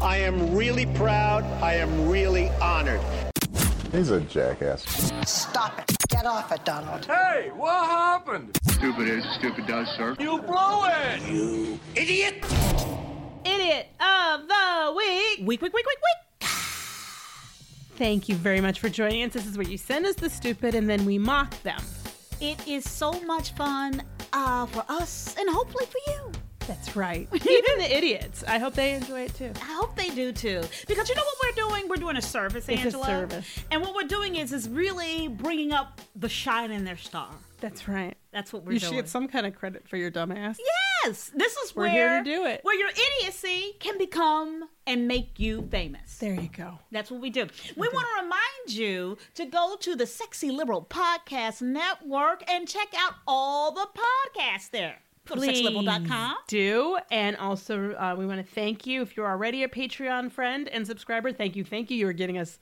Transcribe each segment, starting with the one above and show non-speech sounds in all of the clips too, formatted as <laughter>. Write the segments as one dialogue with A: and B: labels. A: I am really proud. I am really honored.
B: He's a jackass.
C: Stop it. Get off it, Donald.
D: Hey, what happened?
E: Stupid is, stupid does, sir.
D: You blow it! You idiot!
F: Idiot of the Week. Week, week, week, week, week.
G: Thank you very much for joining us. This is where you send us the stupid and then we mock them.
F: It is so much fun uh, for us and hopefully for you.
G: That's right. <laughs> Even the idiots. I hope they enjoy it too.
F: I hope they do too, because you know what we're doing? We're doing a service,
G: It's a
F: Angela.
G: service.
F: And what we're doing is is really bringing up the shine in their star.
G: That's right.
F: That's what we're
G: You should
F: doing.
G: get some kind of credit for your dumbass.
F: yes, this is
G: We're
F: where
G: here to do it.
F: Where your idiocy can become and make you famous.
G: There you go.
F: That's what we do. We want to remind you to go to the Sexy Liberal Podcast Network and check out all the podcasts there. Go to sexyliberal.com.
G: Do and also uh, we want to thank you if you're already a Patreon friend and subscriber. Thank you, thank you. You're getting us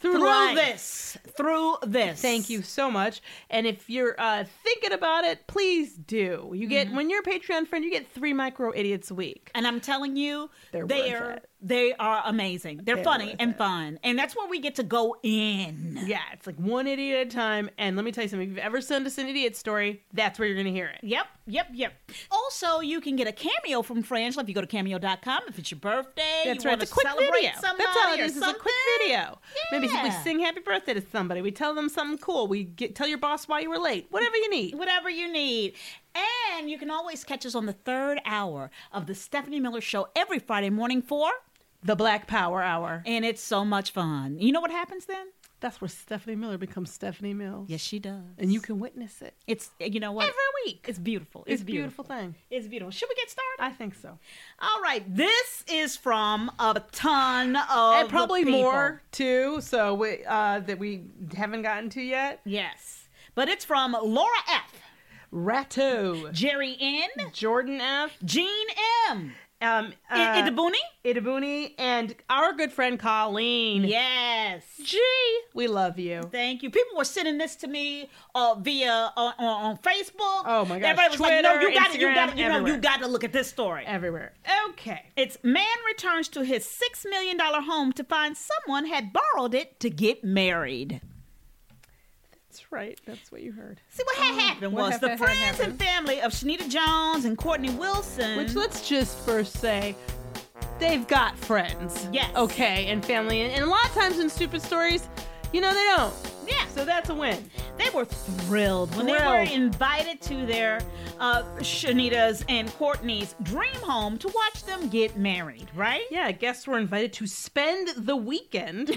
G: through,
F: Through
G: life.
F: this. Through this.
G: Thank you so much. And if you're uh, thinking about it, please do. You get when you're a Patreon friend, you get three micro idiots a week.
F: And I'm telling you,
G: They're
F: they're
G: worth
F: they are
G: it.
F: they are amazing. They're,
G: They're
F: funny
G: worth
F: and
G: it.
F: fun. And that's where we get to go in.
G: Yeah, it's like one idiot at a time. And let me tell you something: if you've ever sent us an idiot story, that's where you're gonna hear it.
F: Yep, yep, yep. Also, you can get a cameo from Frangela if you go to cameo.com. If it's your birthday,
G: That's
F: you
G: right.
F: want
G: It's
F: to
G: a quick
F: celebrate
G: video.
F: somebody
G: That's all it
F: or
G: is. It's a
F: something.
G: quick video. Maybe we
F: Yeah.
G: sing happy birthday to somebody. We tell them something cool. We get, tell your boss why you were late. Whatever you need.
F: whatever you need. And you can always catch us on the third hour of the Stephanie Miller Show every Friday morning for,
G: The Black Power Hour.
F: and it's so much fun. You know what happens then?
G: That's where Stephanie Miller becomes Stephanie Mills.
F: Yes, she does.
G: And you can witness it.
F: It's eh, you know what every week. It's beautiful. It's,
G: It's a beautiful thing.
F: It's beautiful. Should we get started?
G: I think so.
F: All right. This is from a ton of
G: and probably
F: people.
G: more too. So we, uh, that we haven't gotten to yet.
F: Yes, but it's from Laura F,
G: Rato,
F: Jerry N,
G: Jordan F,
F: Jean M,
G: um,
F: I-
G: uh,
F: Idabuni.
G: Itabuni, and our good friend Colleen.
F: Yes.
G: G, we love you.
F: Thank you. People were sending this to me uh, via on, on, on Facebook.
G: Oh, my gosh.
F: Everybody was like, "No,
G: Twitter,
F: you got to, you
G: Instagram,
F: got to, you know, you
G: everywhere.
F: got to look at this story."
G: Everywhere.
F: Okay. It's man returns to his six million dollar home to find someone had borrowed it to get married.
G: That's right. That's what you heard.
F: See what had happened
G: Oh, What
F: was
G: had-
F: the
G: had
F: friends
G: happened?
F: and family of Shanita Jones and Courtney Wilson.
G: Which let's just first say, they've got friends.
F: Yes.
G: Okay, and family, and, and a lot of times in stupid stories, you know they don't.
F: yeah,
G: So that's a win.
F: they were thrilled when they were
G: Thrilled.
F: invited to their uh, Shanita's and Courtney's dream home to watch them get married. Right?
G: Yeah, guests were invited to spend the <laughs> weekend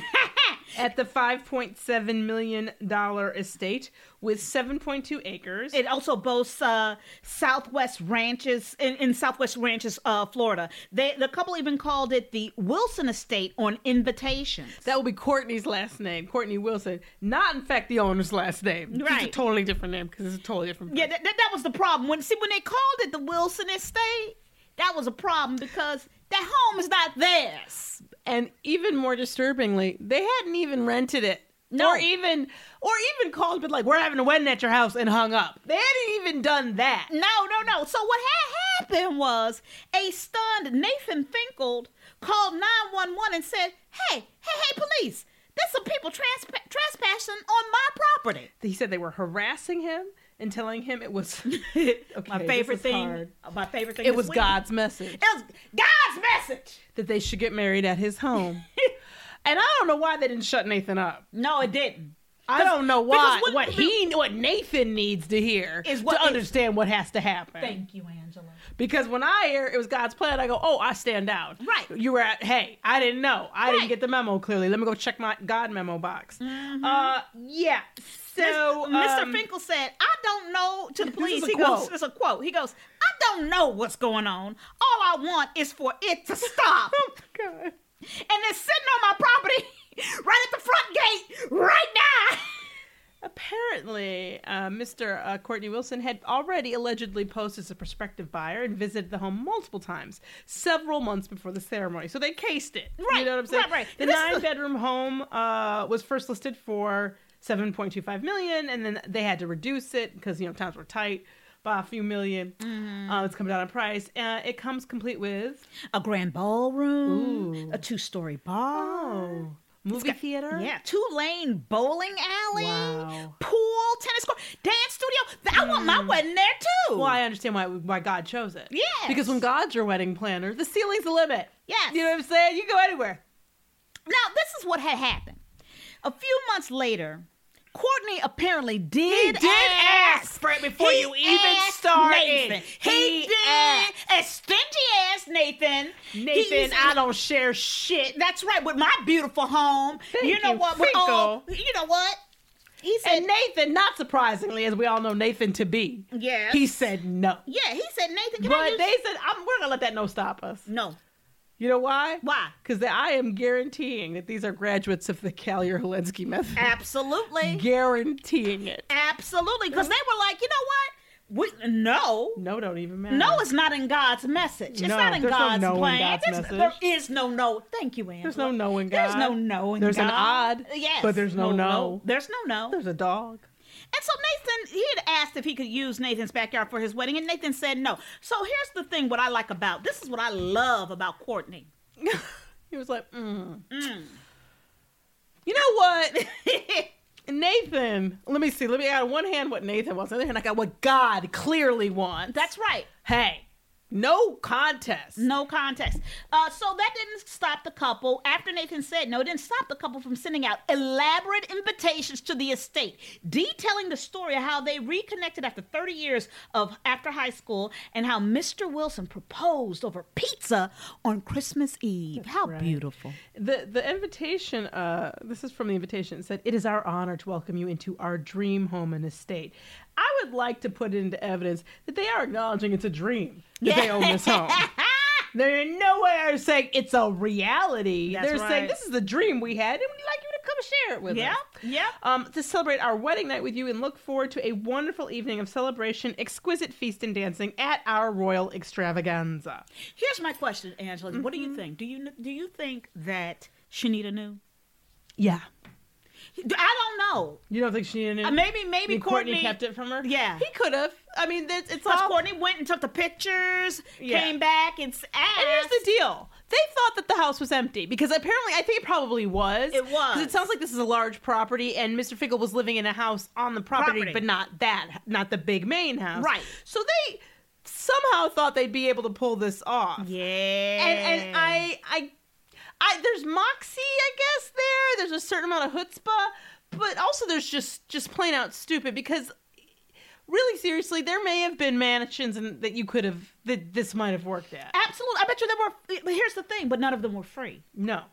G: at the 5.7 million dollar estate with 7.2 acres.
F: It also boasts uh, Southwest Ranches in, in Southwest Ranches, uh, Florida. They, the couple even called it the Wilson Estate on invitation.
G: that will be Courtney's last name, Courtney Wilson. Not, in fact, the owner's last name. Just a
F: Right.
G: totally different name because it's a totally different.
F: Yeah, that, that, that was the problem. When see when they called it the Wilson Estate, that was a problem because that home is not theirs.
G: And even more disturbingly, they hadn't even rented it.
F: No.
G: Or even or even called but like we're having a wedding at your house and hung up. They hadn't even done that.
F: No, no, no. So what had happened was a stunned Nathan Finkel called 911 and said, "Hey, hey, hey, police! There's some people transpa- trespassing on my property."
G: He said they were harassing him and telling him it <laughs> was Okay,
F: my
G: this
F: favorite
G: is
F: thing.
G: hard.
F: My favorite thing.
G: It
F: this
G: was
F: week.
G: God's message
F: It was God's message.
G: that they should get married at his <laughs> home. and I don't know why they didn't shut Nathan up.
F: No, it didn't.
G: I don't know why
F: because
G: what,
F: what-
G: he what Nathan needs to hear
F: Is what
G: to
F: is-
G: understand what has to happen.
F: Thank you, Angela.
G: Because when I hear it was God's plan, I go, oh, I stand out.
F: Right.
G: You were at, hey, I didn't know. I didn't
F: Right.
G: get the memo clearly. Let me go check my God memo box. Uh, yeah. So,
F: Mr.
G: um,
F: Finkel said, I don't know to the police.
G: a
F: He goes,
G: quote.
F: it's a quote. He goes, I don't know what's going on. All I want is for it to <laughs> stop.
G: <laughs> God.
F: and it's sitting on my property <laughs> right at the front gate right now.
G: Apparently, uh, Mr. Uh, Courtney Wilson had already allegedly posed as a prospective buyer and visited the home multiple times, several months before the ceremony. So they cased it. You
F: Right,
G: know what I'm saying?
F: right, right.
G: The
F: This is the-
G: nine-bedroom home uh, was first listed for 7.25 million, and then they had to reduce it because you know times were tight by a few 1000000
F: Mm-hmm.
G: Uh, it's coming down in price. Uh, it comes complete with
F: A grand ballroom, a two story bar.
G: oh, movie theater.
F: Yeah, two lane bowling alley,
G: Wow.
F: pool, tennis court, dance studio. Th- I want my wedding there too.
G: Well, I understand why why God chose it.
F: Yes.
G: Because when God's your wedding planner, the ceiling's the limit.
F: Yes.
G: You know what I'm saying? You go anywhere.
F: Now, this is what had happened. A few months later, Courtney apparently did,
G: did ask for it before
F: He
G: you even
F: asked
G: started.
F: Nathan. He,
G: He
F: did.
G: asked.
F: A stingy ass Nathan.
G: Nathan,
F: He's-
G: I don't share shit.
F: That's right. With my beautiful home. you
G: Thank
F: know
G: you,
F: what? With all,
G: Finkel.
F: you know what? He said,
G: And Nathan, not surprisingly, as we all know Nathan to be,
F: Yes.
G: he said no.
F: yeah, he said, Nathan, can I
G: But
F: use
G: they said, I'm, we're going to let that no stop us.
F: No.
G: You know why?
F: Why?
G: Because I am guaranteeing that these are graduates of the Callier Helensky method.
F: Absolutely.
G: guaranteeing it.
F: Absolutely. Because they were like, you know what? We, no.
G: No, don't even matter.
F: No is not in God's message. It's
G: No,
F: not in
G: there's no
F: God's
G: no in
F: plan.
G: God's
F: There's-
G: message.
F: there is no no. Thank you, Angela.
G: There's no no in
F: There's
G: God.
F: no no in
G: There's an
F: God.
G: odd,
F: Yes.
G: but there's no no.
F: There's no no.
G: There's a dog.
F: And so Nathan, he had asked if he could use Nathan's backyard for his wedding, and Nathan said no. So here's the thing what I like about this is what I love about Courtney.
G: He was like, mm. You know what? <laughs> Nathan, let me see. Let me add on one hand what Nathan wants. On the other hand, I got what God clearly wants.
F: That's right.
G: hey, no contest.
F: No context. Uh, so that didn't stop the couple. After Nathan said no, it didn't stop the couple from sending out elaborate invitations to the estate, detailing the story of how they reconnected after 30 years of after high school and how Mr. Wilson proposed over pizza on Christmas Eve. How beautiful.
G: The the invitation, uh, this is from the invitation, it said, It is our honor to welcome you into our dream home and estate. I would like to put into evidence that they are acknowledging it's a dream that they own this
F: <laughs>
G: home.
F: Ah,
G: They're in no way are saying it's a reality.
F: That's
G: They're saying
F: right.
G: this is the dream we had and we'd like you to come share it with
F: Yep,
G: us.
F: yep.
G: Um, to celebrate our wedding night with you and look forward to a wonderful evening of celebration, exquisite feast and dancing at our royal extravaganza.
F: Here's my question, Angela. What
G: Mm-hmm.
F: do you think? Do you do you think that Shanita knew?
G: Yeah.
F: I don't know.
G: You don't think she knew?
F: Uh, Maybe maybe
G: Maybe Courtney, kept it from her.
F: Yeah.
G: he could have. I mean, it's, it's
F: Because
G: all.
F: Courtney went and took the pictures,
G: Yeah.
F: came back, and s- asked.
G: And here's the deal: they thought that the house was empty because apparently, I think it probably was.
F: It was.
G: 'Cause it sounds like this is a large property, and Mr. Finkel was living in a house on the property,
F: Property.
G: but not that, not the big main house.
F: Right.
G: So they somehow thought they'd be able to pull this off.
F: Yeah.
G: and and I I I there's moxie, I guess there. There's a certain amount of chutzpah, but also there's just just plain out stupid because really seriously, there may have been mansions and that you could have that this might have worked at.
F: Absolutely. I bet you they were. but Here's the thing, but none of them were free.
G: No.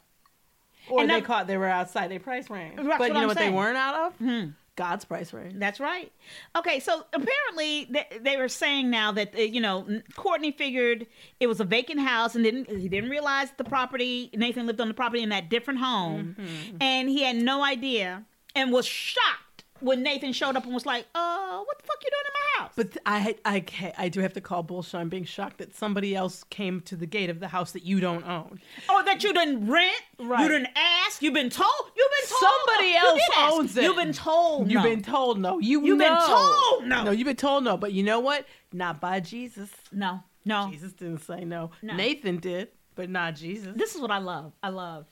G: Or
F: And
G: they
F: that-
G: caught they were outside their price range.
F: That's
G: but
F: what
G: you know
F: I'm
G: what Hmm.
F: saying.
G: they weren't out of? God's price range.
F: That's right. Okay, so apparently th- they were saying now that uh, you know n- Courtney figured it was a vacant house and didn't he didn't realize the property Mm-hmm. Nathan lived on the property in that different home, and he had no idea and was shocked when Nathan showed up and was like, "Uh, what the fuck you doing in my house?"
G: But th- I, had- I, ca- I do have to call bullshit. I'm being shocked that somebody else came to the gate of the house that you don't own.
F: Or Oh, that you didn't rent,
G: Right.
F: you didn't ask, you've been told, you've been told. no.
G: Somebody
F: You
G: else
F: did ask.
G: owns it.
F: You've been told.
G: You've
F: no.
G: been told no. You
F: You've been
G: know.
F: told no.
G: No, you've been told no. But you know what? Not by Jesus.
F: No, no.
G: Jesus didn't say no.
F: No.
G: Nathan did, but not Jesus.
F: This is what I love. I love.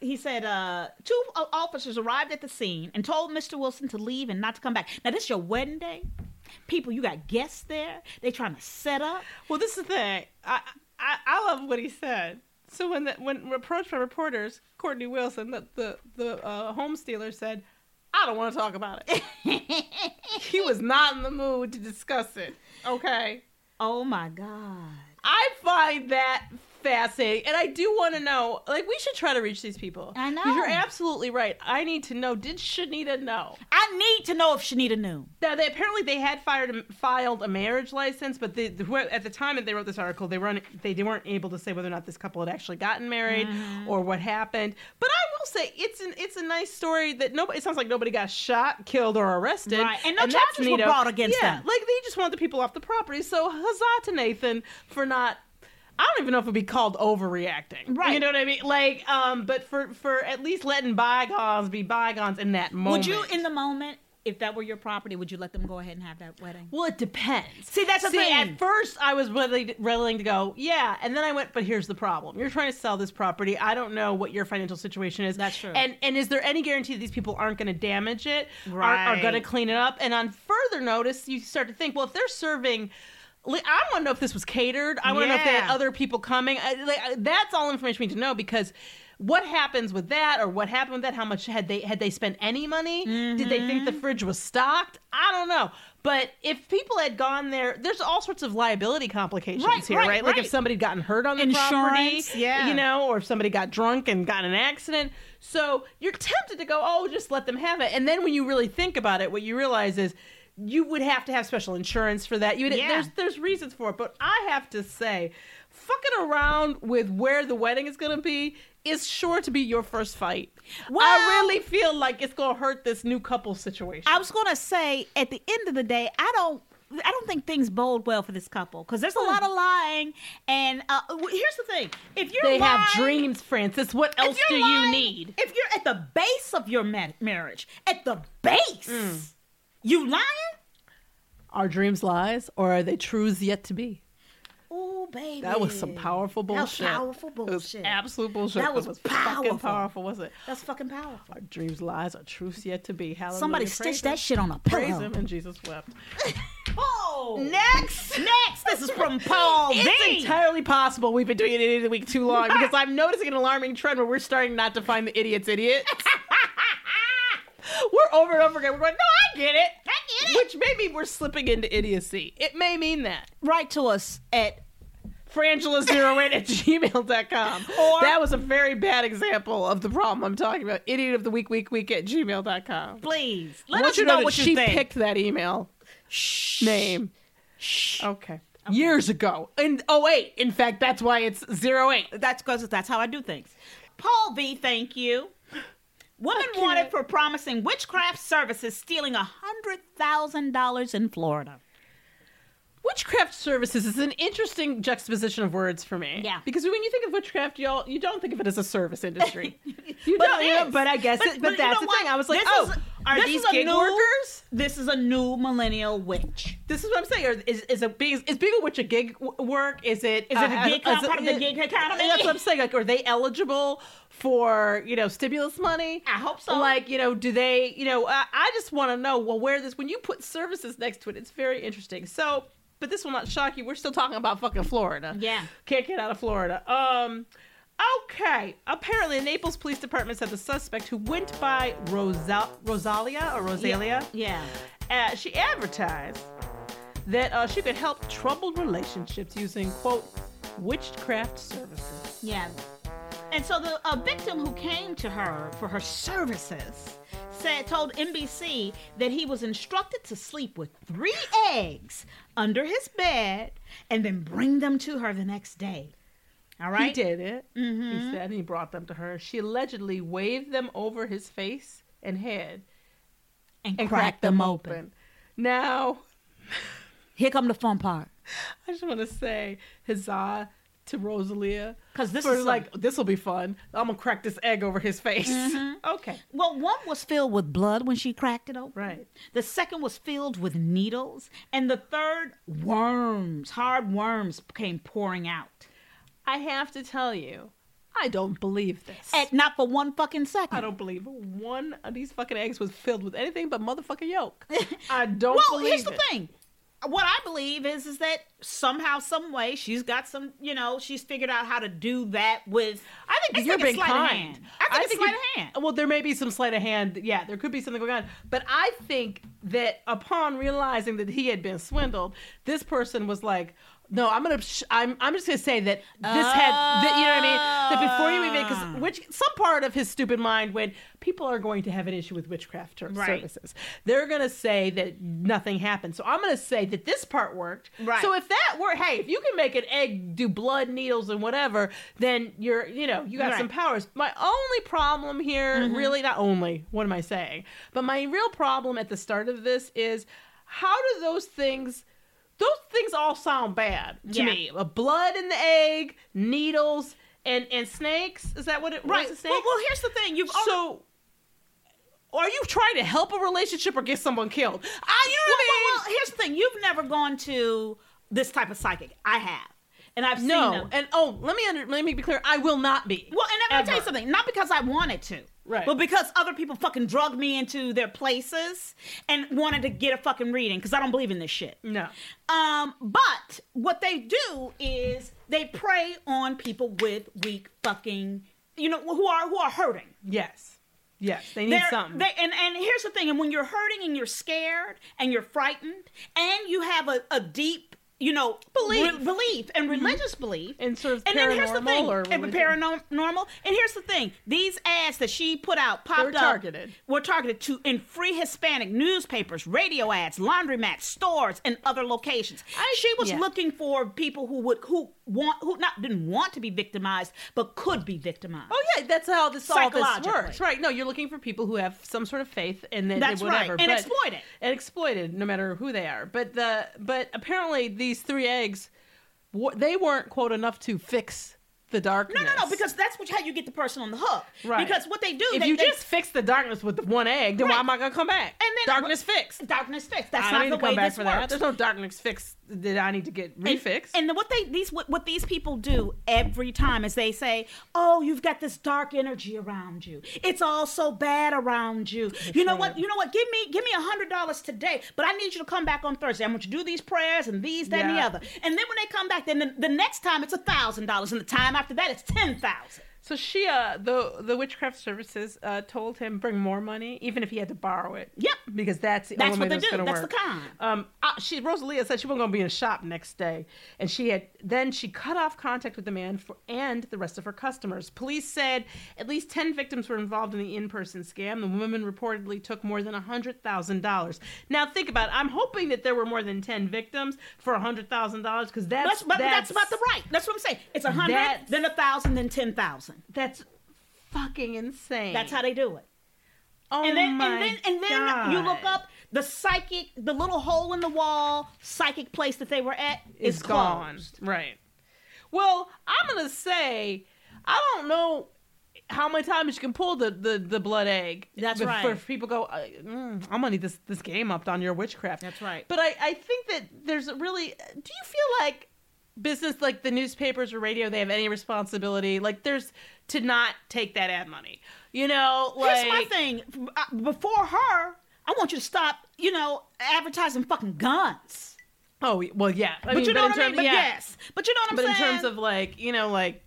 F: He said uh, two o- officers arrived at the scene and told Mr. Wilson to leave and not to come back. Now this your wedding day. People, you got guests there. They trying to set up.
G: Well, this is the thing. I I, I love what he said. So when the, when approached by reporters, Courtney Wilson, the the, the uh, home stealer, said, "I don't want to talk about it." <laughs> he was not in the mood to discuss it. Okay,
F: Oh my God.
G: I find that fascinating, and I do want to know. Like, we should try to reach these people.
F: I know.
G: you're absolutely right. I need to know. Did Shanita know?
F: I need to know if Shanita knew.
G: Now, they apparently they had fired filed a marriage license, but the, the, who- at the time that they wrote this article, they were un, they weren't able to say whether or not this couple had actually gotten married
F: Mm-hmm.
G: or what happened. But I will say it's an it's a nice story that nobody. It sounds like nobody got shot, killed, or arrested,
F: Right, and no
G: that's
F: charges were
G: neato.
F: brought against
G: yeah,
F: them.
G: Like they just want the people off the property. So huzzah to Nathan for not. I don't even know if it'd be called overreacting.
F: Right.
G: You know what I mean? Like, um, but for for at least letting bygones be bygones in that
F: Would
G: moment.
F: you, in the moment, if that were your property, would you let them go ahead and have that wedding?
G: Well, it depends.
F: See, that's the
G: See,
F: thing.
G: at first I was willing, willing to go, yeah, and then I went, but here's the problem: you're trying to sell this property. I don't know what your financial situation is.
F: That's true.
G: And and is there any guarantee that these people aren't going to damage it? Are,
F: Right.
G: are going to clean it up? And on further notice, you start to think, well, if they're serving. li- I want to know if this was catered. I want to know if they had
F: Yeah.
G: other people coming. I, like, I- that's all information we need to know because what happens with that, or what happened with that? How much had they had they spent any money? Did they
F: Mm-hmm.
G: think the fridge was stocked? I don't know. But if people had gone there, there's all sorts of liability complications
F: Right,
G: here, right?
F: right,
G: Like if
F: right.
G: somebody had gotten hurt on the property,
F: Insurance, yeah.
G: you know, or if somebody got drunk and got in an accident. So you're tempted to go, oh, just let them have it. And then when you really think about it, what you realize is you would have to have special insurance for that. You would,
F: Yeah.
G: there's there's reasons for it, but I have to say, fucking around with where the wedding is gonna be is sure to be your first fight.
F: Well-
G: I really feel like it's gonna hurt this new couple situation.
F: I was gonna say, at the end of the day, I don't. I don't think things bode well for this couple because there's a lot of lying. And uh, w- here's the thing: if you're
G: they
F: lying,
G: have dreams, Francis. What
F: if
G: else do
F: you're
G: you
F: lying-
G: need?
F: If you're at the base of your ma- marriage, at the base, you lying?
G: Are dreams lies or are they truths yet to be?
F: Oh, baby,
G: That was some powerful
F: That was
G: bullshit.
F: powerful
G: It was
F: bullshit.
G: absolute bullshit.
F: That was
G: fucking
F: powerful.
G: powerful, was it?
F: That's fucking powerful.
G: Our dreams, lies, are truths yet to be. Hallelujah.
F: Somebody
G: Praise
F: stitched
G: him.
F: that shit on a
G: Praise
F: pillow.
G: him, and Jesus wept.
F: Oh, next, next. This is from Paul V.
G: It's entirely possible we've been doing it idiot of the week too long because I'm noticing an alarming trend where we're starting not to find the
F: <laughs>
G: idiots idiots. we're over and over again. We're going, no, I get it.
F: I get it.
G: Which maybe we're slipping into idiocy. It may mean that.
F: Write to us at
G: Frangela08 at gmail.com.
F: Or-
G: that was a very bad example of the problem I'm talking about. Idiot of the week, week, week at gmail.com.
F: please. Let
G: I
F: us
G: want you to
F: know,
G: that
F: what you
G: she
F: think.
G: picked that email
F: Shh.
G: name. Okay. Years ago. In 08. In fact, that's why it's 08.
F: That's because that's how I do things. Paul V, thank you. Woman wanted for promising witchcraft services, stealing a hundred thousand dollars in Florida.
G: Witchcraft services is an interesting juxtaposition of words for me.
F: Yeah.
G: Because when you think of witchcraft, y'all you don't think of it as a <laughs> service industry. you
F: But
G: don't.
F: it
G: you know,
F: is.
G: but I guess
F: But-
G: it, but,
F: but you
G: that's
F: know
G: the
F: what?
G: thing. I was like,
F: This
G: oh,
F: is- are
G: this
F: these
G: is a
F: gig
G: new-
F: workers? This is a new millennial witch.
G: This is what I'm saying. Or Is is a big is being a witch a gig w- work? Is it
F: Is it a gig economy- part of the gig economy?
G: That's what I'm saying. Like, are they eligible for you know stimulus money?
F: I hope so.
G: Like, you know, do they? You know, I, I just want to know. Well, where this when you put services next to it, it's very interesting. So, but this will not shock you. We're still talking about fucking Florida.
F: Yeah.
G: can't get out of Florida. Um. Okay. Apparently, the Naples Police Department said the suspect who went by Rosa- Rosalia or Rosalia
F: Yeah.
G: uh, she advertised that uh, she could help troubled relationships using quote witchcraft services.
F: Yeah. And so the a victim who came to her for her services said told NBC that he was instructed to sleep with three eggs under his bed and then bring them to her the next day. All right?
G: He did it. He said and he brought them to her. She allegedly waved them over his face and head
F: and,
G: and crack, them, open. Now, <laughs>
F: Here come the fun part.
G: I just want to say huzzah to Rosalia
F: 'Cause this
G: for
F: is some-
G: like this will be fun. I'm gonna crack this egg over his face. <laughs> Okay,
F: Well, one was filled with blood when she cracked it open.
G: Right.
F: The second was filled with needles, and the third worms, hard worms came pouring out.
G: I have to tell you, I don't believe this.
F: And not for one fucking second.
G: I don't believe one of these fucking eggs was filled with anything but motherfucking <laughs> yolk. I don't
F: well,
G: believe
F: here's the
G: it.
F: thing. What I believe is is that somehow, some way, she's got some. You know, she's figured out how to do that with. I think
G: you're being
F: sleight
G: kind.
F: Of hand. I think it's
G: you-
F: sleight of hand.
G: Well, there may be some sleight of hand. Yeah, there could be something going on. But I think that upon realizing that he had been swindled, this person was like, "No, I'm gonna. Sh- I'm. I'm just gonna say that this had. That, you know what I mean? That before you even,
F: Ah.
G: because which some part of his stupid mind went, people are going to have an issue with witchcraft ter-
F: Right.
G: services. They're gonna say that nothing happened. So I'm gonna say that this part worked.
F: Right.
G: So if that were, hey, if you can make an egg do blood needles and whatever, then you're, you know, you got
F: Right. Mm-hmm.
G: some powers. My only problem here, really, not only, what am I saying? But my real problem at the start of this is how do those things, those things all sound bad to
F: Yeah.
G: me. A blood in the egg, needles, and and snakes. Is that what it
F: Right.
G: was? it
F: Well,
G: snakes?
F: well, here's the thing. You've already-
G: so. Are you trying to help a relationship or get someone killed? I, you know what I mean?
F: well, well, well, here's the thing. You've never gone to this type of psychic. I have, and I've seen
G: No,
F: them.
G: and oh, let me under, let me be clear. I will not be.
F: Well, and I'm gonna tell you
G: Ever.
F: something. Not because I wanted to,
G: Right.
F: But because other people fucking drugged me into their places and wanted to get a fucking reading because I don't believe in this shit.
G: No.
F: Um, but what they do is they prey on people with weak fucking, you know, who are who are hurting.
G: Yes, yes, they need
F: They're-
G: something.
F: They, and, and here's the thing, and when you're hurting and you're scared and you're frightened and you have a, a deep, you know, belief, belief and religious belief,
G: Mm-hmm. And sort of
F: then here's the
G: paranormal
F: thing,
G: or
F: and
G: religion.
F: paranormal. And here's the thing: these ads that she put out popped
G: were
F: up,
G: targeted.
F: Were targeted to in free Hispanic newspapers, radio ads, laundromats, stores, and other locations. she was
G: yeah.
F: looking for people who would who want who not didn't want to be victimized but could be victimized.
G: oh yeah, that's how this all this
F: Psychologically.
G: works, right? No, you're looking for people who have some sort of faith and then
F: That's right,
G: whatever,
F: and
G: but-
F: exploit it.
G: and exploited, no matter who they are. But the but apparently these three eggs, wa- they weren't quote enough to fix the darkness.
F: No, no, no, because that's what, how you get the person on the hook.
G: Right.
F: Because what they do,
G: if
F: they,
G: you
F: they-
G: just fix the darkness with one egg, then why
F: Right.
G: am I gonna come back?
F: and then
G: darkness fixed.
F: darkness fixed. That's
G: I
F: not
G: don't need
F: the
G: to
F: way
G: come back
F: this
G: for
F: works.
G: that. There's no darkness fix that I need to get refixed.
F: And what they these what, what these people do every time is they say, "Oh, you've got this dark energy around you. It's all so bad around you. you know what? You know what? Give me give me a hundred dollars today, but I need you to come back on Thursday. I want you to do these prayers and these, that, and the
G: Yeah.
F: other. And then when they come back, then the, the next time it's a thousand dollars, and the time after that it's ten thousand.
G: So she, uh, the the witchcraft services, uh, told him bring more money, even if he had to borrow it.
F: Yep.
G: because that's the
F: That's
G: only
F: what
G: way
F: they
G: that's
F: do.
G: Gonna
F: That's
G: work.
F: the con.
G: Um, uh, she Rosalia said she wasn't going to be in a shop next day, and she had then she cut off contact with the man for and the rest of her customers. Police said at least ten victims were involved in the in-person scam. The woman reportedly took more than hundred thousand dollars. Now think about it. I'm hoping that there were more than ten victims for hundred thousand dollars because that's
F: That's, but that's, about the right. That's what I'm saying. It's a hundred,
G: That's-
F: then a thousand, then ten thousand.
G: That's fucking insane.
F: That's how they do it.
G: Oh
F: And then,
G: my
F: and then, and then
G: God.
F: you look up the psychic, the little hole in the wall psychic place that they were at
G: It's
F: is
G: gone.
F: closed.
G: Right. Well, I'm gonna say I don't know how many times you can pull the the, the blood egg.
F: That's
G: before
F: right.
G: people go, uh, mm, I'm gonna need this this game upped on your witchcraft.
F: That's right.
G: But I I think that there's a really. Do you feel like business like the newspapers or radio they have any responsibility like there's to not take that ad money you know like
F: Here's my thing: Uh, before her, I want you to stop, you know, advertising fucking guns.
G: oh well yeah I
F: But
G: mean,
F: you know
G: in
F: what I mean?
G: terms-
F: But
G: yeah.
F: yes, but you know what I'm
G: but in
F: saying.
G: terms of like you know like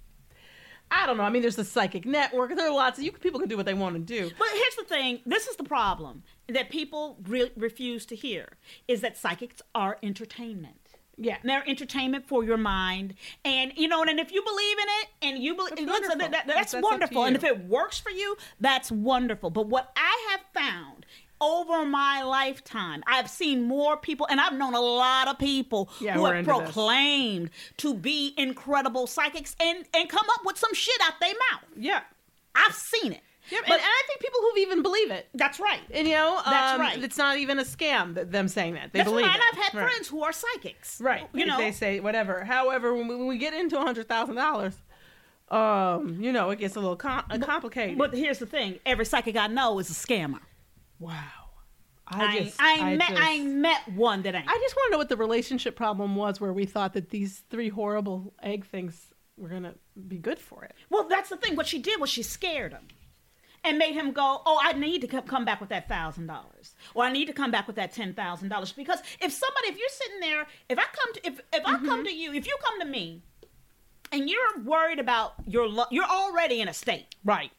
G: i don't know i mean there's the psychic network there are lots of you people can do what they want to do
F: But here's the thing: this is the problem that people re- refuse to hear is that psychics are entertainment.
G: Yeah.
F: they're entertainment for your mind, and you know, and if you believe in it, and you believe,
G: That's
F: listen,
G: wonderful.
F: that, that- that's,
G: That's- that's up to
F: wonderful, and
G: you.
F: if it works for you, that's wonderful. But what I have found over my lifetime, I've seen more people, and I've known a lot of people
G: Yeah,
F: who
G: we're
F: have
G: into this.
F: proclaimed to be incredible psychics and and come up with some shit out their mouth.
G: yeah
F: I've seen it.
G: But, and I think people who've even believe it.
F: That's right.
G: And, you know,
F: That's
G: um,
F: right.
G: It's not even a scam. That them saying that they
F: That's
G: believe
F: right.
G: it.
F: And I've had
G: Right.
F: friends who are psychics.
G: Right.
F: You know.
G: they say whatever. However, when we, when we get into hundred thousand dollars, um, you know, it gets a little com- uh, complicated.
F: But here's the thing: every psychic I know is a scammer.
G: wow,
F: I,
G: I
F: ain't-
G: just,
F: I, ain't met,
G: just,
F: I ain't met one that ain't.
G: I just want to know what the relationship problem was where we thought that these three horrible egg things were gonna be good for it.
F: well, that's the thing. What she did was she scared him and made him go, "Oh, I need to co- come back with that thousand dollars, or I need to come back with that ten thousand dollars." Because if somebody, if you're sitting there, if I come to, if if I
G: Mm-hmm.
F: come to you, if you come to me, and you're worried about your, lo- you're already in a state,
G: Right.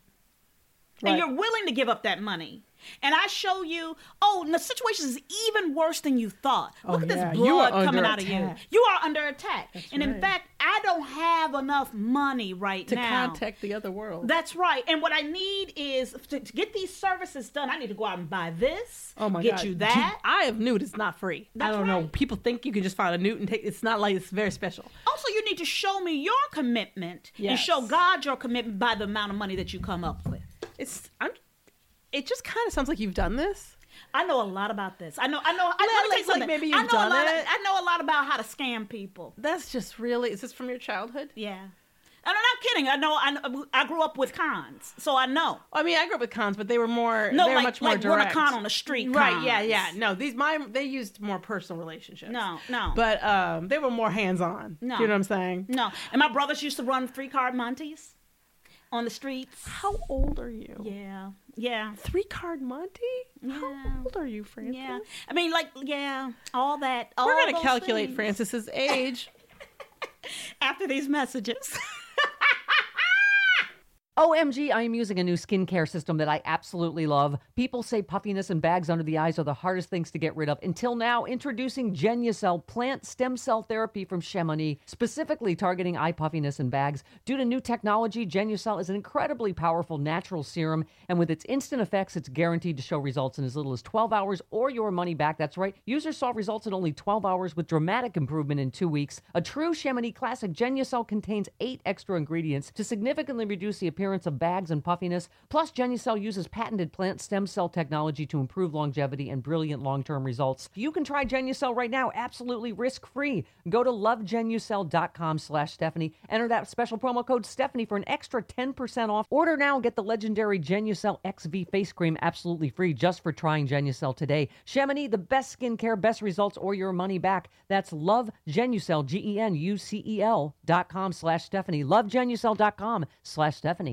F: and you're willing to give up that money. And I show you, oh, and the situation is even worse than you thought. Look at
G: Oh, yeah.
F: this
G: You are
F: blood
G: under
F: coming out of you.
G: attack.
F: You are under attack. and in
G: right.
F: fact, I don't have enough money right
G: to
F: now.
G: contact the other world.
F: That's right. And what I need is to, to get these services done. I need to go out and buy this.
G: oh my
F: get
G: god.
F: you that.
G: I have nude. It's not free. I
F: That's
G: don't know.
F: right.
G: People think you can just find a newt and take. It's not like it's very special.
F: also, you need to show me your commitment and
G: Yes.
F: show God your commitment by the amount of money that you come up with.
G: It's I'm. It just kind of sounds like you've done this.
F: I know a lot about this. I know. I know. I,
G: Well,
F: let me tell you
G: it's like
F: something.
G: maybe
F: I
G: you've
F: know
G: done
F: a lot Of,
G: it.
F: I know a lot about how to scam people.
G: That's just really. Is this from your childhood?
F: Yeah. And I'm not kidding. I know. I, know- I grew up with cons, so I know.
G: I mean, I grew up with cons, but they were more.
F: No,
G: they were
F: like
G: much more
F: like
G: direct.
F: a con on the street.
G: Right?
F: cons.
G: Yeah, yeah. No, these my they used more personal relationships.
F: No, no.
G: But um, they were more hands on.
F: No.
G: Do you know what I'm saying?
F: No. And my brothers used to run three card Montes on the streets.
G: How old are you?
F: Yeah. Yeah.
G: Three card Monty.
F: Yeah.
G: How old are you, Francis?
F: Yeah. I mean, like, yeah, all that. All
G: We're gonna
F: those
G: calculate
F: things.
G: Francis's age.
F: after these messages. <laughs>
H: OMG, I am using a new skincare system that I absolutely love. People say puffiness and bags under the eyes are the hardest things to get rid of. Until now, introducing Genucel plant stem cell therapy from Chamonix, specifically targeting eye puffiness and bags. Due to new technology, Genucel is an incredibly powerful natural serum, and with its instant effects, it's guaranteed to show results in as little as 12 hours or your money back. That's right. Users saw results in only 12 hours with dramatic improvement in two weeks. A true Chamonix classic, Genucel contains eight extra ingredients to significantly reduce the appearance of bags and puffiness. Plus, Genucel uses patented plant stem cell technology to improve longevity and brilliant long-term results. You can try Genucel right now, absolutely risk-free. Go to lovegenucel.com slash Stephanie. Enter that special promo code Stephanie for an extra 10% off. Order now, get the legendary Genucel XV face cream absolutely free just for trying Genucel today. Chamonix, the best skincare, best results, or your money back. That's E love Genucel, G-E-N-U-C-E-L dot com slash Stephanie. Lovegenucel.com slash Stephanie.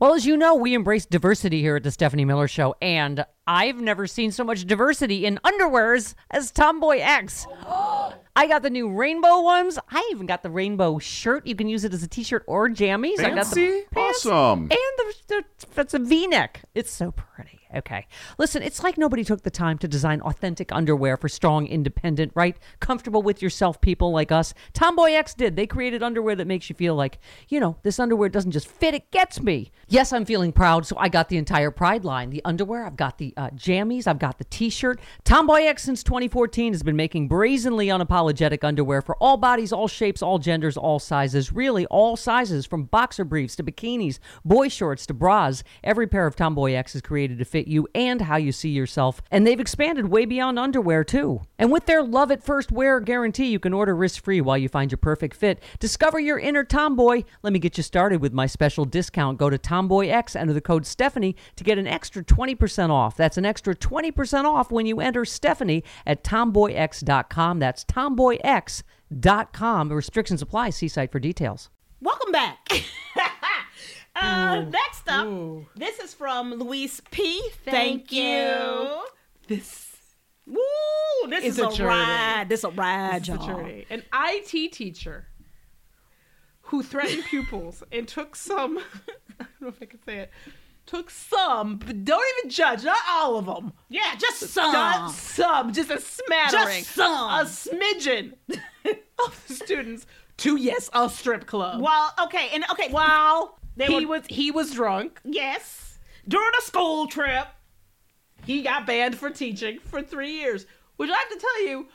H: Well, as you know, we embrace diversity here at the Stephanie Miller Show, and I've never seen so much diversity in underwears as Tomboy X. <gasps> I got the new rainbow ones. I even got the rainbow shirt. You can use it as a t-shirt or jammies. I got the
B: Fancy.
H: pants
B: Awesome.
H: And the, the that's a V-neck. It's so pretty. Okay, listen. It's like nobody took the time to design authentic underwear for strong, independent, right, comfortable with yourself people like us. Tomboy X did. They created underwear that makes you feel like you know this underwear doesn't just fit. It gets me. Yes, I'm feeling proud. So I got the entire Pride line: the underwear. I've got the uh, jammies. I've got the T-shirt. Tomboy X since 2014 has been making brazenly unapologetic underwear for all bodies, all shapes, all genders, all sizes, really all sizes, from boxer briefs to bikinis, boy shorts to bras. Every pair of Tomboy X is created to fit you and how you see yourself. And they've expanded way beyond underwear, too. And with their love at first wear guarantee, you can order risk free while you find your perfect fit. Discover your inner Tomboy. Let me get you started with my special discount. Go to Tomboy X under the code Stephanie to get an extra 20% off. That's an extra 20% off when you enter Stephanie at tomboyx.com. That's tomboyx.com. Restrictions apply. See site for details.
F: Welcome back. <laughs> uh, Next up, this is from Luis P. Thank, you.
G: This
F: Woo! This is
G: It's
F: a,
G: a journey.
F: ride. This a ride,
G: the
F: y'all.
G: journey. An IT teacher
F: <laughs>
G: who threatened pupils and took some, <laughs> I don't know if I can say it, took some, but don't even judge, not all of them.
F: Yeah, just some.
G: Not some, just a smattering.
F: Just some.
G: A smidgen <laughs> of the students to, yes, a strip club.
F: Well, okay, and okay. Wow. They
G: He
F: were,
G: was he was drunk.
F: yes during a school trip.
G: He got banned for teaching for three years, which I have to tell you,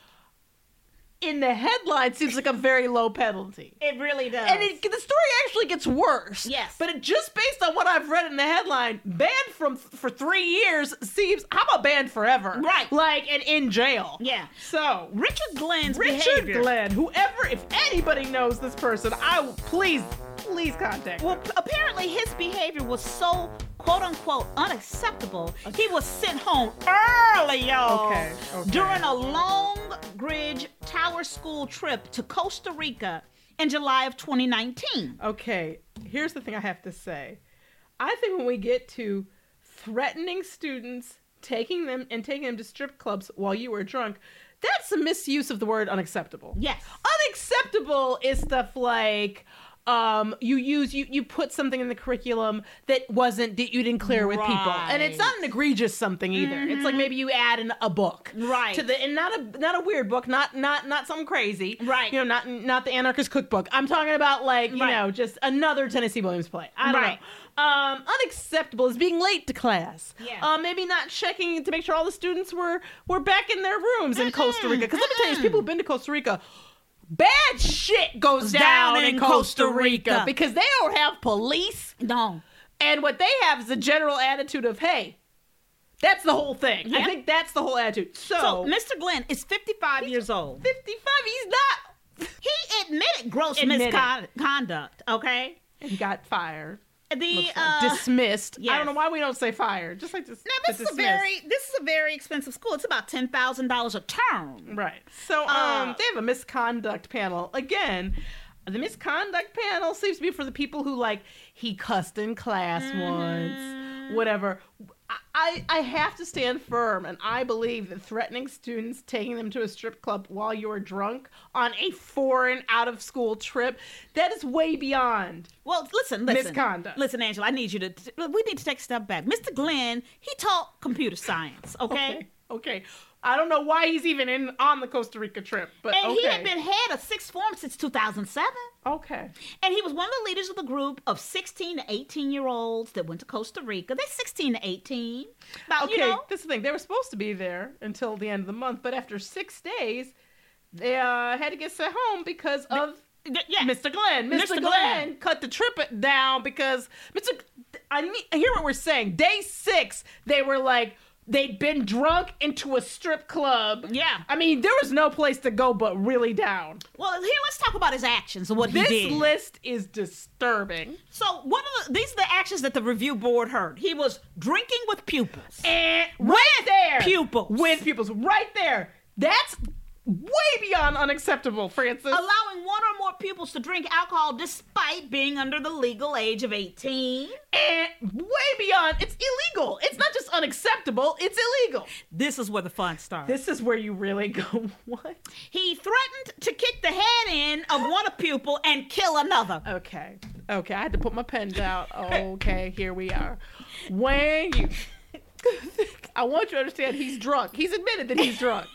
G: in the headline seems like a very low penalty.
F: It really does.
G: And it, the story actually gets worse.
F: Yes.
G: But it, just based on what I've read in the headline, banned from for three years seems how about banned forever?
F: Right.
G: Like and in jail.
F: Yeah.
G: So
F: Richard Glenn's
G: Richard
F: behavior.
G: Glenn, whoever, if anybody knows this person, I will- please, please contact.
F: Well,
G: them.
F: p- apparently his behavior was so quote unquote unacceptable. He was sent home early, y'all.
G: Okay, okay.
F: During a Long Ridge Tower School trip to Costa Rica in July of 2019.
G: Okay, here's the thing I have to say. I think when we get to threatening students, taking them and taking them to strip clubs while you were drunk, that's a misuse of the word unacceptable.
F: Yes. Oh,
G: Unacceptable is stuff like um you use you you put something in the curriculum that wasn't that you didn't clear with people and it's not an egregious something either it's like maybe you add in a book
F: Mm-hmm. Right.
G: to the and not a not a weird book not not not something crazy
F: Right.
G: you know not not the anarchist cookbook i'm talking about like you
F: Right.
G: know just another tennessee williams play i don't
F: Right.
G: know um, unacceptable is being late to class.
F: Yeah.
G: Uh, maybe not checking to make sure all the students were were back in their rooms in Costa Rica. Because let me tell you, people who've been to Costa Rica, bad shit goes down, in Costa Rica,
F: Rica.
G: because they don't have police,
F: No.
G: and what they have is a general attitude of hey. That's the whole thing. I
F: Yeah.
G: think that's the whole attitude. So,
F: So Mr. Glenn is 55 years old.
G: 55, he's not.
F: He admitted gross
G: Admitted.
F: misconduct, okay?
G: He got fired.
F: The
G: looks like.
F: uh,
G: dismissed. I
F: yes.
G: don't know why we don't say fired. Just like dis-
F: now this is
G: but
F: a
G: dismissed.
F: very this is a very expensive school. It's about ten thousand dollars a term.
G: Right. So um,
F: Uh,
G: they have a misconduct panel again. The misconduct panel seems to be for the people who like he cussed in class
F: Mm-hmm.
G: once, whatever. I- I, I have to stand firm, and I believe that threatening students, taking them to a strip club while you're drunk on a foreign out of school trip, that is way beyond.
F: Well, listen, listen.
G: Misconduct.
F: Listen, Angela, I need you to. We need to take a step back. Mr. Glenn, he taught computer science, okay?
G: Okay. I don't know why he's even in on the Costa Rica trip, but
F: And
G: okay.
F: he had been head of sixth form since 2007.
G: okay.
F: And he was one of the leaders of the group of 16 to 18 year olds that went to Costa Rica. They're 16 to 18. About,
G: okay,
F: you know,
G: this is the thing. They were supposed to be there until the end of the month, but after six days, they uh, had to get sent home because of
F: th- yeah.
G: Mr. Glenn. Mr.
F: Mr.
G: Glenn.
F: Glenn.
G: cut the trip down because Mr. G- I, mean, I hear what we're saying. Day six, they were like they'd been drunk into a strip club.
F: Yeah.
G: I mean, there was no place to go but really down.
F: well, here, let's talk about his actions and what
G: This
F: he did.
G: list is disturbing.
F: so, one of the, these are the actions that the review board heard. He was drinking with pupils.
G: And right there,
F: pupils.
G: with pupils, right there. That's way beyond unacceptable, Francis.
F: allowing one or more pupils to drink alcohol despite being under the legal age of 18.
G: and way beyond. It's illegal. It's not just unacceptable. It's illegal.
F: This is where the fun starts.
G: This is where you really go. <laughs> What?
F: he threatened to kick the head in of one pupil and kill another.
G: Oh. Okay. Okay. I had to put my pen down. Okay. Here we are. When <laughs> you, I want you to understand, he's drunk. He's admitted that he's drunk.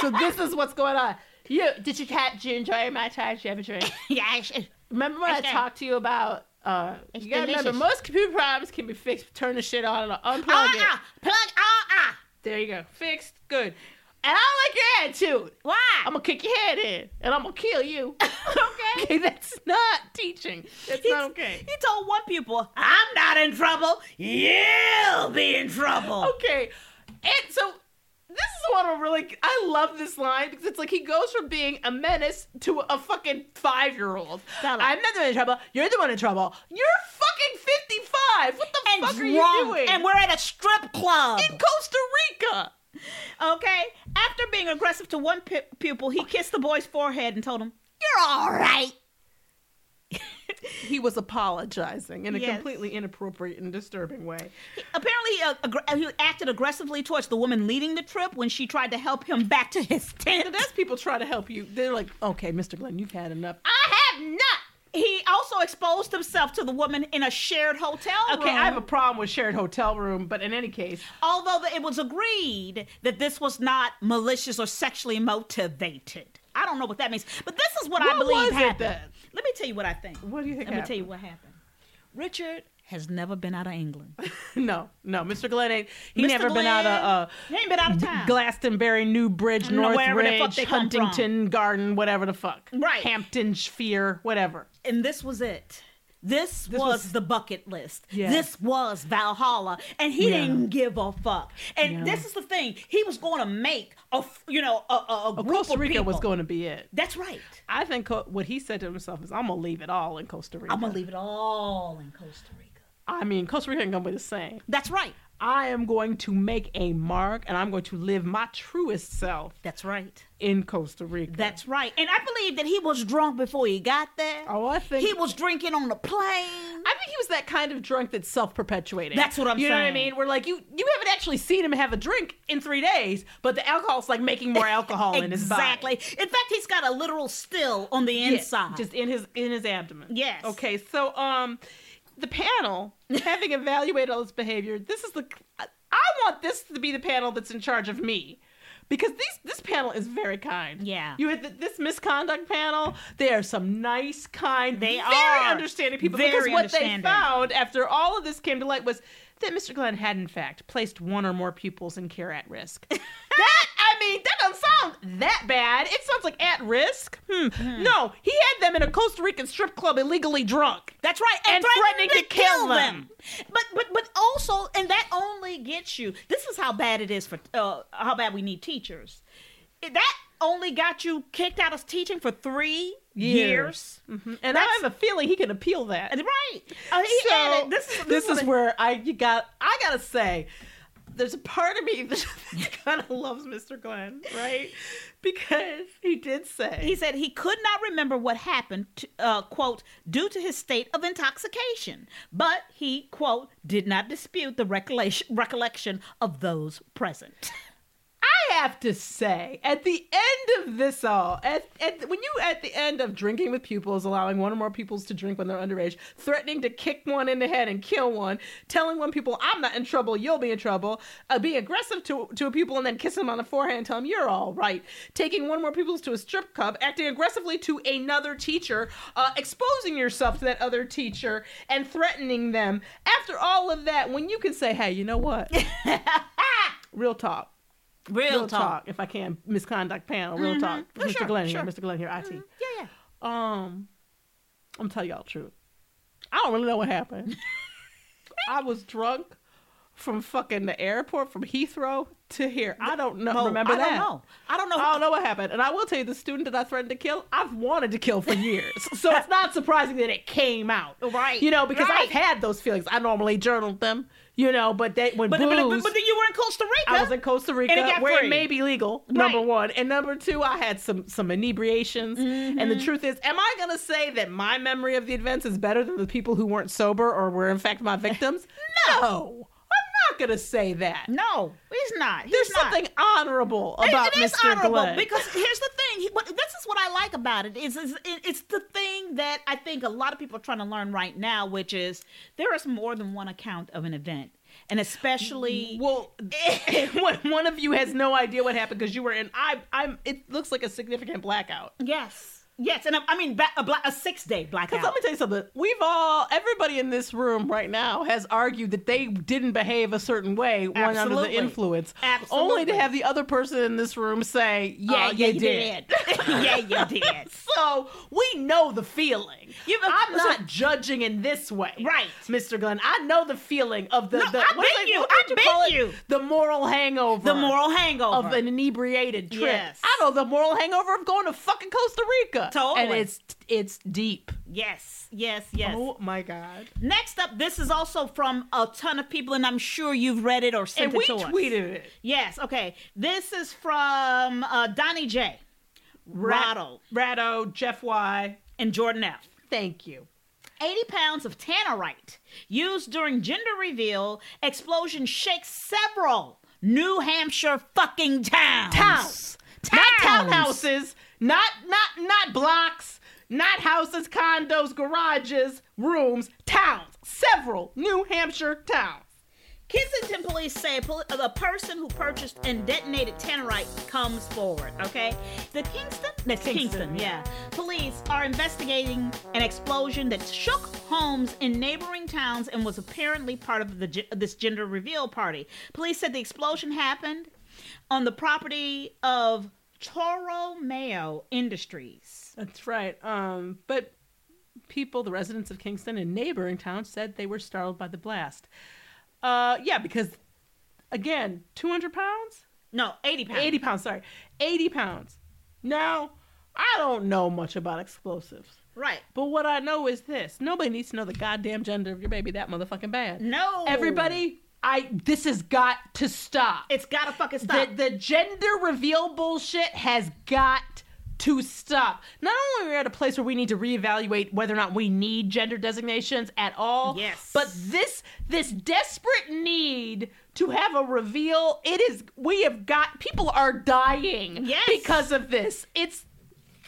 G: So this is what's going on. You did you catch? Did you enjoy my time? Did you have a drink?
F: <laughs> yeah, I should-
G: Remember when I
F: Okay.
G: talked to you about? Uh, you gotta remember,
F: delicious.
G: most computer problems can be fixed. with Turn the shit on and unplug it.
F: Uh-uh, plug, uh-uh.
G: There you go. Fixed. Good. And I don't like your attitude.
F: Why? <laughs>
G: I'm gonna kick your head in, and I'm gonna kill <laughs> you. okay, that's not teaching. That's
F: He-
G: not okay.
F: He told one pupil, I'm not in trouble. You'll be in trouble.
G: Okay, and so this is one I'm really. I love this line because it's like he goes from being a menace to a fucking five year old.
F: Stella.
G: I'm not the one in trouble. You're the one in trouble. You're fucking fifty five. What the
F: And
G: fuck are you
F: drunk,
G: doing?
F: and we're at a strip club.
G: in Costa Rica.
F: Okay. After being aggressive to one pu- pupil, he kissed the boy's forehead and told him, "You're all right."
G: He was apologizing in a
F: Yes.
G: completely inappropriate and disturbing way.
F: Apparently, he, uh, aggr- he acted aggressively towards the woman leading the trip when she tried to help him back to his <laughs> tent.
G: As people try to help you, they're like, okay, Mr. Glenn, you've had enough.
F: I have not. He also exposed himself to the woman in a shared hotel room.
G: Okay, I have a problem with shared hotel room, but in any case, <laughs>
F: Although the, it was agreed that this was not malicious or sexually motivated. I don't know what that means, but this is what, I
G: What
F: believe
G: was it
F: happened.
G: then?
F: Let me tell you what I think.
G: What do you think
F: Let me
G: happened?
F: tell you what happened. Richard has never been out of England.
G: No, no, Mr. Glenn ain't. He
F: Mr.
G: never been out
F: Glenn,
G: of. Uh,
F: he ain't been out of <laughs> town.
G: Glastonbury, Newbridge,
F: know wherever the fuck
G: Northridge,
F: they come from.
G: Huntington Garden, whatever the fuck.
F: Right.
G: Hampton Sphere, whatever.
F: and this was it. This, was,
G: was-
F: the bucket list.
G: Yeah.
F: This was Valhalla, and he
G: Yeah.
F: didn't give a fuck. And this is the thing: he was going to make a, f- you know, a, a, a group
G: Costa
F: of
G: Rica
F: people.
G: was going to be it.
F: That's right.
G: I think co- what he said to himself is, "I'm gonna leave it all in Costa Rica.
F: I'm gonna leave it all in Costa Rica.
G: I mean, Costa Rica ain't gonna be the same.
F: That's right.
G: I am going to make a mark, and I'm going to live my truest self
F: That's right.
G: in Costa Rica.
F: That's right. And I believe that he was drunk before he got there.
G: Oh, I think-
F: he was drinking on the plane.
G: I think he was that kind of drunk that's self-perpetuating.
F: That's what I'm
G: you know what I
F: saying.
G: mean? We're like, you you haven't actually seen him have a drink in three days, but the alcohol's like
F: <laughs>
G: making more alcohol in his body.
F: exactly. In fact, he's got a literal still on the
G: Yeah,
F: inside.
G: just in his in his abdomen.
F: Yes.
G: Okay. So um,
F: <laughs>
G: the panel having evaluated all this behavior, this is the I want this to be the panel that's in charge of me. Because these, this panel is very kind.
F: Yeah.
G: You had the, this misconduct panel. They are some nice, kind,
F: They
G: very
F: are.
G: understanding people.
F: Very
G: because what they
F: understanding.
G: found after all of this came to light was that Mr. Glenn had in fact placed one or more pupils in care at
F: <laughs>
G: risk. that I mean, that doesn't sound that bad. It sounds like at risk. Hmm. No, he had them in a Costa Rican strip club illegally drunk.
F: That's right, and,
G: And threatening to kill them.
F: But but but also, and that only gets you. This is how bad it is for uh, how bad we need teachers. That only got you kicked out of teaching for three years.
G: And I have a feeling he can appeal that.
F: Right. Uh, he
G: so
F: added, this, is- this
G: is where I you got I gotta say, there's a part of me <laughs> that kind of loves Mr. Glenn, right? Because he did say
F: He said he could not remember what happened, to, uh, quote, due to his state of intoxication, but he, quote, did not dispute the recollection, recollection of those present.
G: I have to say, at the end of this all, at, at when you at the end of drinking with pupils, allowing one or more pupils to drink when they're underage, threatening to kick one in the head and kill one, telling one pupil, "I'm not in trouble, you'll be in trouble," uh, being aggressive to to a pupil and then kissing him on the forehead and telling him you're all right, taking one or more pupils to a strip club, acting aggressively to another teacher, uh, exposing yourself to that other teacher, and threatening them. After all of that, when you can say, "Hey, you know what?" Real talk
F: Real, Mm-hmm.
G: real talk. if I can. Misconduct panel, real talk. Mr.
F: sure,
G: Glenn
F: sure. Mm-hmm.
G: here, Mr. Glenn here, IT.
F: Yeah, yeah.
G: Um, I'm tell y'all the truth. I don't really know
F: <laughs>
G: what happened. I was drunk from fucking the airport from Heathrow to here. I don't know. Remember
F: I
G: that?
F: don't know. I don't know.
G: I don't know what happened. And I will tell you, the student that I threatened to kill, I've wanted to kill
F: <laughs>
G: for years. so it's not surprising that it came out.
F: Right.
G: You know, because
F: Right.
G: I've had those feelings. I normally journaled them, you know, but they, when
F: But, but, but,
G: booze-
F: but then you were in Costa Rica.
G: I was in Costa Rica,
F: And it got
G: where
F: free.
G: it may be legal. Number
F: Right.
G: one, and number two, I had some some inebriations. And the
F: Mm-hmm.
G: truth is, am I gonna say that my memory of the events is better than the people who weren't sober or were in fact
F: <laughs>
G: my victims? no, I'm not gonna say that.
F: No, he's not. He's
G: There's
F: not.
G: something honorable about
F: it is
G: Mr.
F: honorable
G: Glenn.
F: because here's the thing. He, what, this is what I like about it. Is is- it- it's the thing that I think a lot of people are trying to learn right now, which is there is more than one account of an event, and especially
G: Well, <laughs> when one of you has no idea what happened because you were in, I, I'm. It looks like a significant blackout.
F: <laughs> yes, yes, and I, I mean ba- a, bla- a six day blackout.
G: Because let me tell you something. We've all, everybody in this room right now has argued that they didn't behave a certain way when under the
F: Absolutely.
G: influence. Only
F: Absolutely.
G: to have the other person in this room say,
F: yeah,
G: yeah,
F: yeah,
G: you,
F: you
G: did. <laughs>
F: did. yeah, you did.
G: So we know the feeling.
F: You've-
G: I'm
F: so-
G: not judging in this way.
F: Right.
G: Mr. Glenn. I know the feeling of the.
F: No,
G: the
F: I
G: what is
F: bet
G: it-
F: you.
G: what
F: I
G: did
F: bet
G: call it?
F: you.
G: The moral hangover.
F: <laughs> The moral hangover.
G: Of an inebriated trip.
F: Yes.
G: I know the moral hangover of going to fucking Costa Rica. And
F: Totally.
G: it's it's deep.
F: yes, yes, yes.
G: Oh my god.
F: Next up, this is also from a ton of people, and I'm sure you've read it or sent
G: and
F: it
G: we
F: to us.
G: tweeted it.
F: Yes. Okay. This is from uh, Donnie J, Rattle,
G: Ratto, Jeff Y.
F: and Jordan F.
G: Thank you.
F: 80 pounds of tannerite used during gender reveal explosion shakes several New Hampshire fucking towns.
G: Towns. Not townhouses, not not not blocks, not houses, condos, garages, rooms, towns. Several New Hampshire towns.
F: Kensington police say poli- uh, the person who purchased and detonated tannerite comes forward. Okay, the Kingston, that's Kingston, yeah. Police are investigating an explosion that shook homes in neighboring towns and was apparently part of the ge- this gender reveal party. Police said the explosion happened on the property of Toro Mayo Industries.
G: That's right. Um, but people, the residents of Kingston and neighboring towns, said they were startled by the blast. Uh, yeah, because again, 200 pounds?
F: No, eighty pounds.
G: 80 pounds, sorry. 80 pounds. Now, I don't know much about explosives.
F: Right.
G: But what I know is this nobody needs to know the goddamn gender of your baby that motherfucking bad.
F: No.
G: Everybody, I this has got to stop.
F: It's gotta fucking stop.
G: The, the gender reveal bullshit has got to stop. Not only are we at a place where we need to reevaluate whether or not we need gender designations at all,
F: Yes.
G: but this this desperate need to have a reveal, it is we have got people are dying
F: Yes.
G: because of this. It's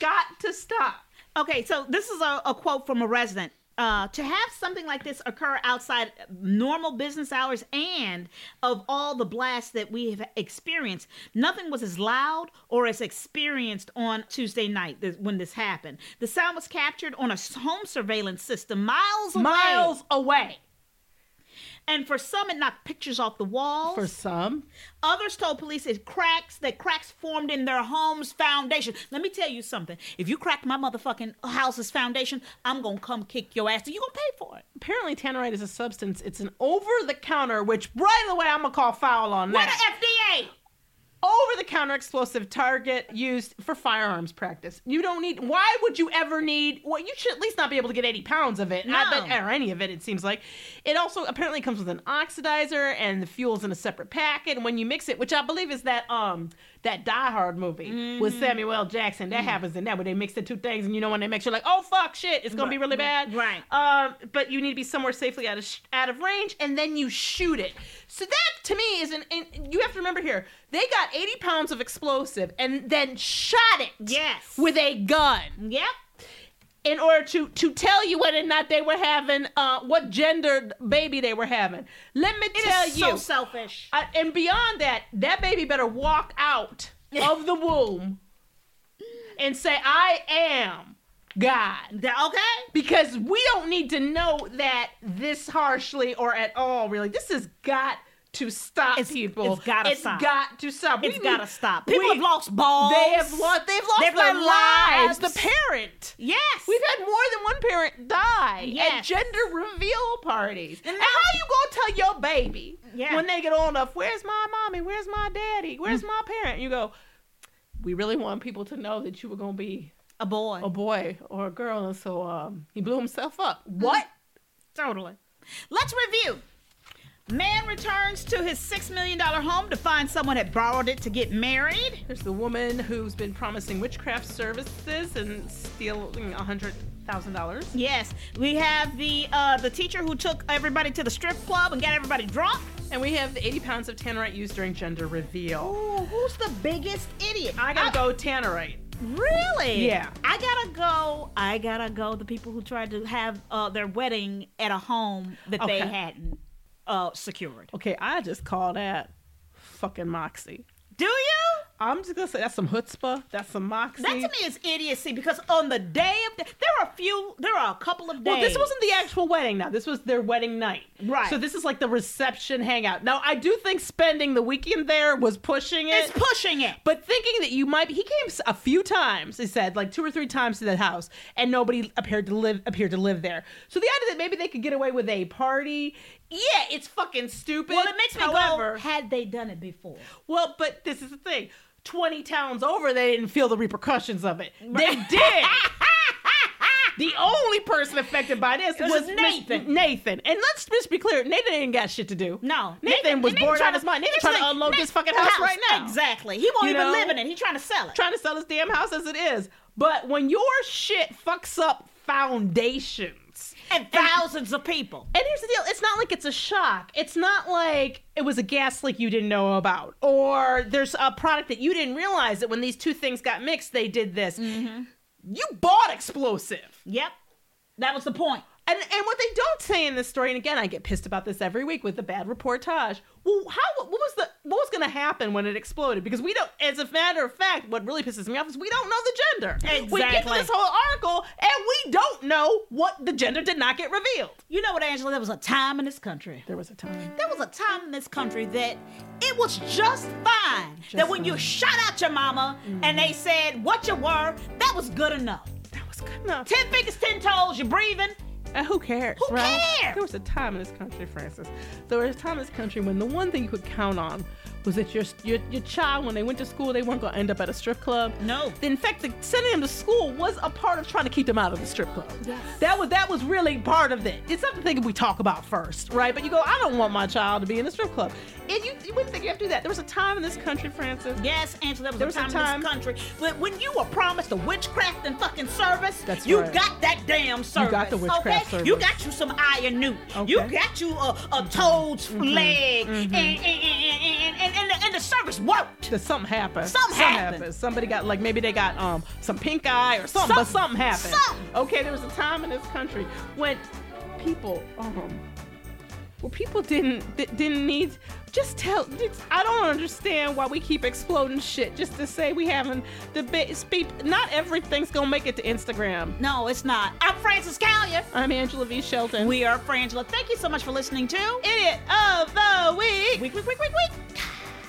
G: got to stop.
F: Okay, so this is a, a quote from a resident. Uh, to have something like this occur outside normal business hours and of all the blasts that we have experienced, nothing was as loud or as experienced on Tuesday night th- when this happened. The sound was captured on a s- home surveillance system miles away.
G: Miles away.
F: And for some, it knocked pictures off the walls.
G: For some,
F: Others told police it cracks that cracks formed in their home's foundation. Let me tell you something. If you crack my motherfucking house's foundation, I'm gonna come kick your ass. and You gonna pay for it?
G: apparently tannerite is a substance. It's an over-the-counter, which right away I'm gonna call foul on
F: What
G: that.
F: the FDA?
G: over the counter explosive target used for firearms practice. You don't need, why would you ever need, well, you should at least not be able to get 80 pounds of it, I
F: No.
G: bet- or any of it, it seems like. It also apparently comes with an oxidizer and the fuel's in a separate packet. And when you mix it, which I believe is that, um, that Die Hard movie
F: Mm-hmm.
G: with Samuel L. Jackson,
F: Mm.
G: that happens in that where they mix the two things and you know when they mix, you're like, oh fuck, shit, it's gonna be really bad.
F: right.
G: Um, but you need to be somewhere safely out of sh- out of range, and then you shoot it. So that to me is an. And you have to remember here, they got eighty pounds of explosive and then shot it.
F: Yes.
G: With a gun
F: Yep.
G: in order to to tell you whether or not they were having uh what gendered baby they were having. Let me
F: It is
G: tell you.
F: so selfish.
G: I, and beyond that, that baby better walk out of the womb and say, "I am God."
F: That- okay.
G: because we don't need to know that this harshly or at all really this has got to stop
F: It's-
G: people
F: it's gotta
G: It's
F: stop.
G: got to stop
F: It's
G: We
F: gotta
G: need-
F: stop. People
G: we-
F: have lost balls.
G: they have lost they've lost
F: They've
G: their
F: lost
G: lives. the parent
F: Yes.
G: We've had more than one parent die at
F: Yes.
G: gender reveal parties. And, how you gonna tell your baby
F: Yeah.
G: when they get old enough, where's my mommy? Where's my daddy? Where's my parent? You go, we really want people to know that you were gonna be
F: a boy.
G: a boy or a girl, and so um, he blew himself up. What?
F: Totally. Let's review. Man returns to his six million dollar home to find someone had borrowed it to get married.
G: There's the woman who's been promising witchcraft services and stealing a hundred thousand dollars.
F: Yes, we have the uh, the teacher who took everybody to the strip club and got everybody drunk.
G: And we have the 80 pounds of tannerite used during gender reveal.
F: Ooh, who's the biggest idiot?
G: I gotta go tannerite.
F: Really?
G: Yeah.
F: I gotta go. I gotta go. The people who tried to have uh, their wedding at a home that they
G: Okay.
F: hadn't uh, secured.
G: Okay, I just call that fucking moxie.
F: Do you?
G: I'm just gonna say that's some chutzpah. That's some moxie.
F: That to me is idiocy because on the day of the, there are a few, there are a couple of days.
G: Well, this wasn't the actual wedding now. This was their wedding night.
F: Right.
G: So this is like the reception hangout. Now, I do think spending the weekend there was pushing it.
F: It's pushing it.
G: But thinking that you might, he came s- a few times. He said like two or three times to that house, and nobody appeared to live appeared to live there. So the idea that maybe they could get away with a party, yeah, it's fucking stupid.
F: Well, it makes me
G: However,
F: go. Had they done it before?
G: well, but this is the thing. Twenty towns over, they didn't feel the repercussions of <laughs> it. They did. The only person affected by this
F: was
G: was,
F: Nathan.
G: Nathan. Nathan, and let's just be clear: Nathan ain't got shit to do.
F: No,
G: Nathan, was bored out of his mind. Nathan trying to unload this fucking house, right now.
F: Exactly. He won't
G: You
F: even
G: know?
F: live in it. He's trying to sell it.
G: trying to sell his damn house as it is. But when your shit fucks up foundations.
F: and thousands of people.
G: And here's the deal, it's not like it's a shock. It's not like it was a gas leak you didn't know about or there's a product that you didn't realize that when these two things got mixed they did this. You bought explosive.
F: Yep. That was the point.
G: And and what they don't say in this story, and again, I get pissed about this every week with the bad reportage. Well, how what was the what was going to happen when it exploded? Because we don't, as a matter of fact, what really pisses me off is we don't know the gender. We get to
F: Exactly.
G: this whole article and we don't know what the gender did not get revealed.
F: You know what, Angela? There was a time in this country.
G: There was a time.
F: There was a time in this country that it was just fine that when you shot out your mama
G: Mm-hmm.
F: and they said what you were, that was good enough.
G: That was good enough.
F: Ten fingers, ten toes, you're breathing.
G: And Uh, who cares?
F: Who
G: right?
F: cares?
G: There was a time in this country, Francis. There was a time in this country when the one thing you could count on was that your your, your child, when they went to school, they weren't going to end up at a strip club.
F: No.
G: In fact, the, sending them to school was a part of trying to keep them out of the strip club. Yes. That was that was really part of it. It's something that we talk about first, right? But you go, I don't want my child to be in a strip club, and you, you wouldn't think you have to do that. There was a time in this country, Francis.
F: Yes, Angela, there was,
G: There
F: a, time
G: was a time-
F: in this country when, when you were promised a witchcraft and fucking service,
G: That's
F: you
G: right.
F: got that damn service.
G: got the witchcraft
F: okay?
G: service.
F: You got you some iron newt. You
G: Okay. Mm-hmm.
F: got you a, a toad's leg. And, and, and, and, and, and, the, and the service worked.
G: That something happened.
F: Something happened.
G: Somebody got like maybe they got um some pink eye or something, but something
F: Something.
G: happened.
F: Something.
G: Okay, there was a time in this country when people um well people didn't di- didn't need just tell just- I don't understand why we keep exploding shit just to say we haven't the ba- speak not everything's gonna make it to Instagram.
F: No, it's not. I'm Francis Callier.
G: I'm Angela V. Shelton.
F: We are Frangela. Thank you so much for listening to
G: idiot of the week.
F: Week, Week, Week, Week, Week.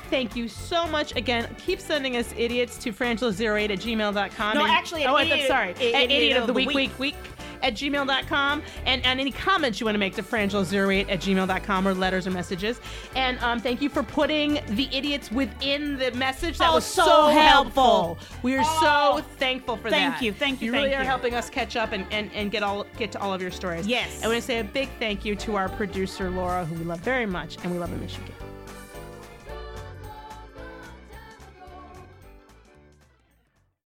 G: Thank you so much again. Keep sending us idiots to frangela08 at gmail.com.
F: No,
G: And-
F: actually, at
G: oh, I'm
F: idiot-
G: sorry.
F: at
G: at idiot of the week, week, week at gmail.com. And, and any comments you want to make to frangela08 at gmail.com or letters or messages. And um, thank you for putting the idiots within the message. That
F: Oh,
G: was so,
F: so
G: helpful.
F: helpful.
G: We are so
F: Oh,
G: thankful for that.
F: thank you, thank you,
G: You really
F: thank
G: are
F: you.
G: helping us catch up and, and, and get all get to all of your stories.
F: Yes.
G: I want to say a big thank you to our producer, Laura, who we love very much, and we love her Michigan.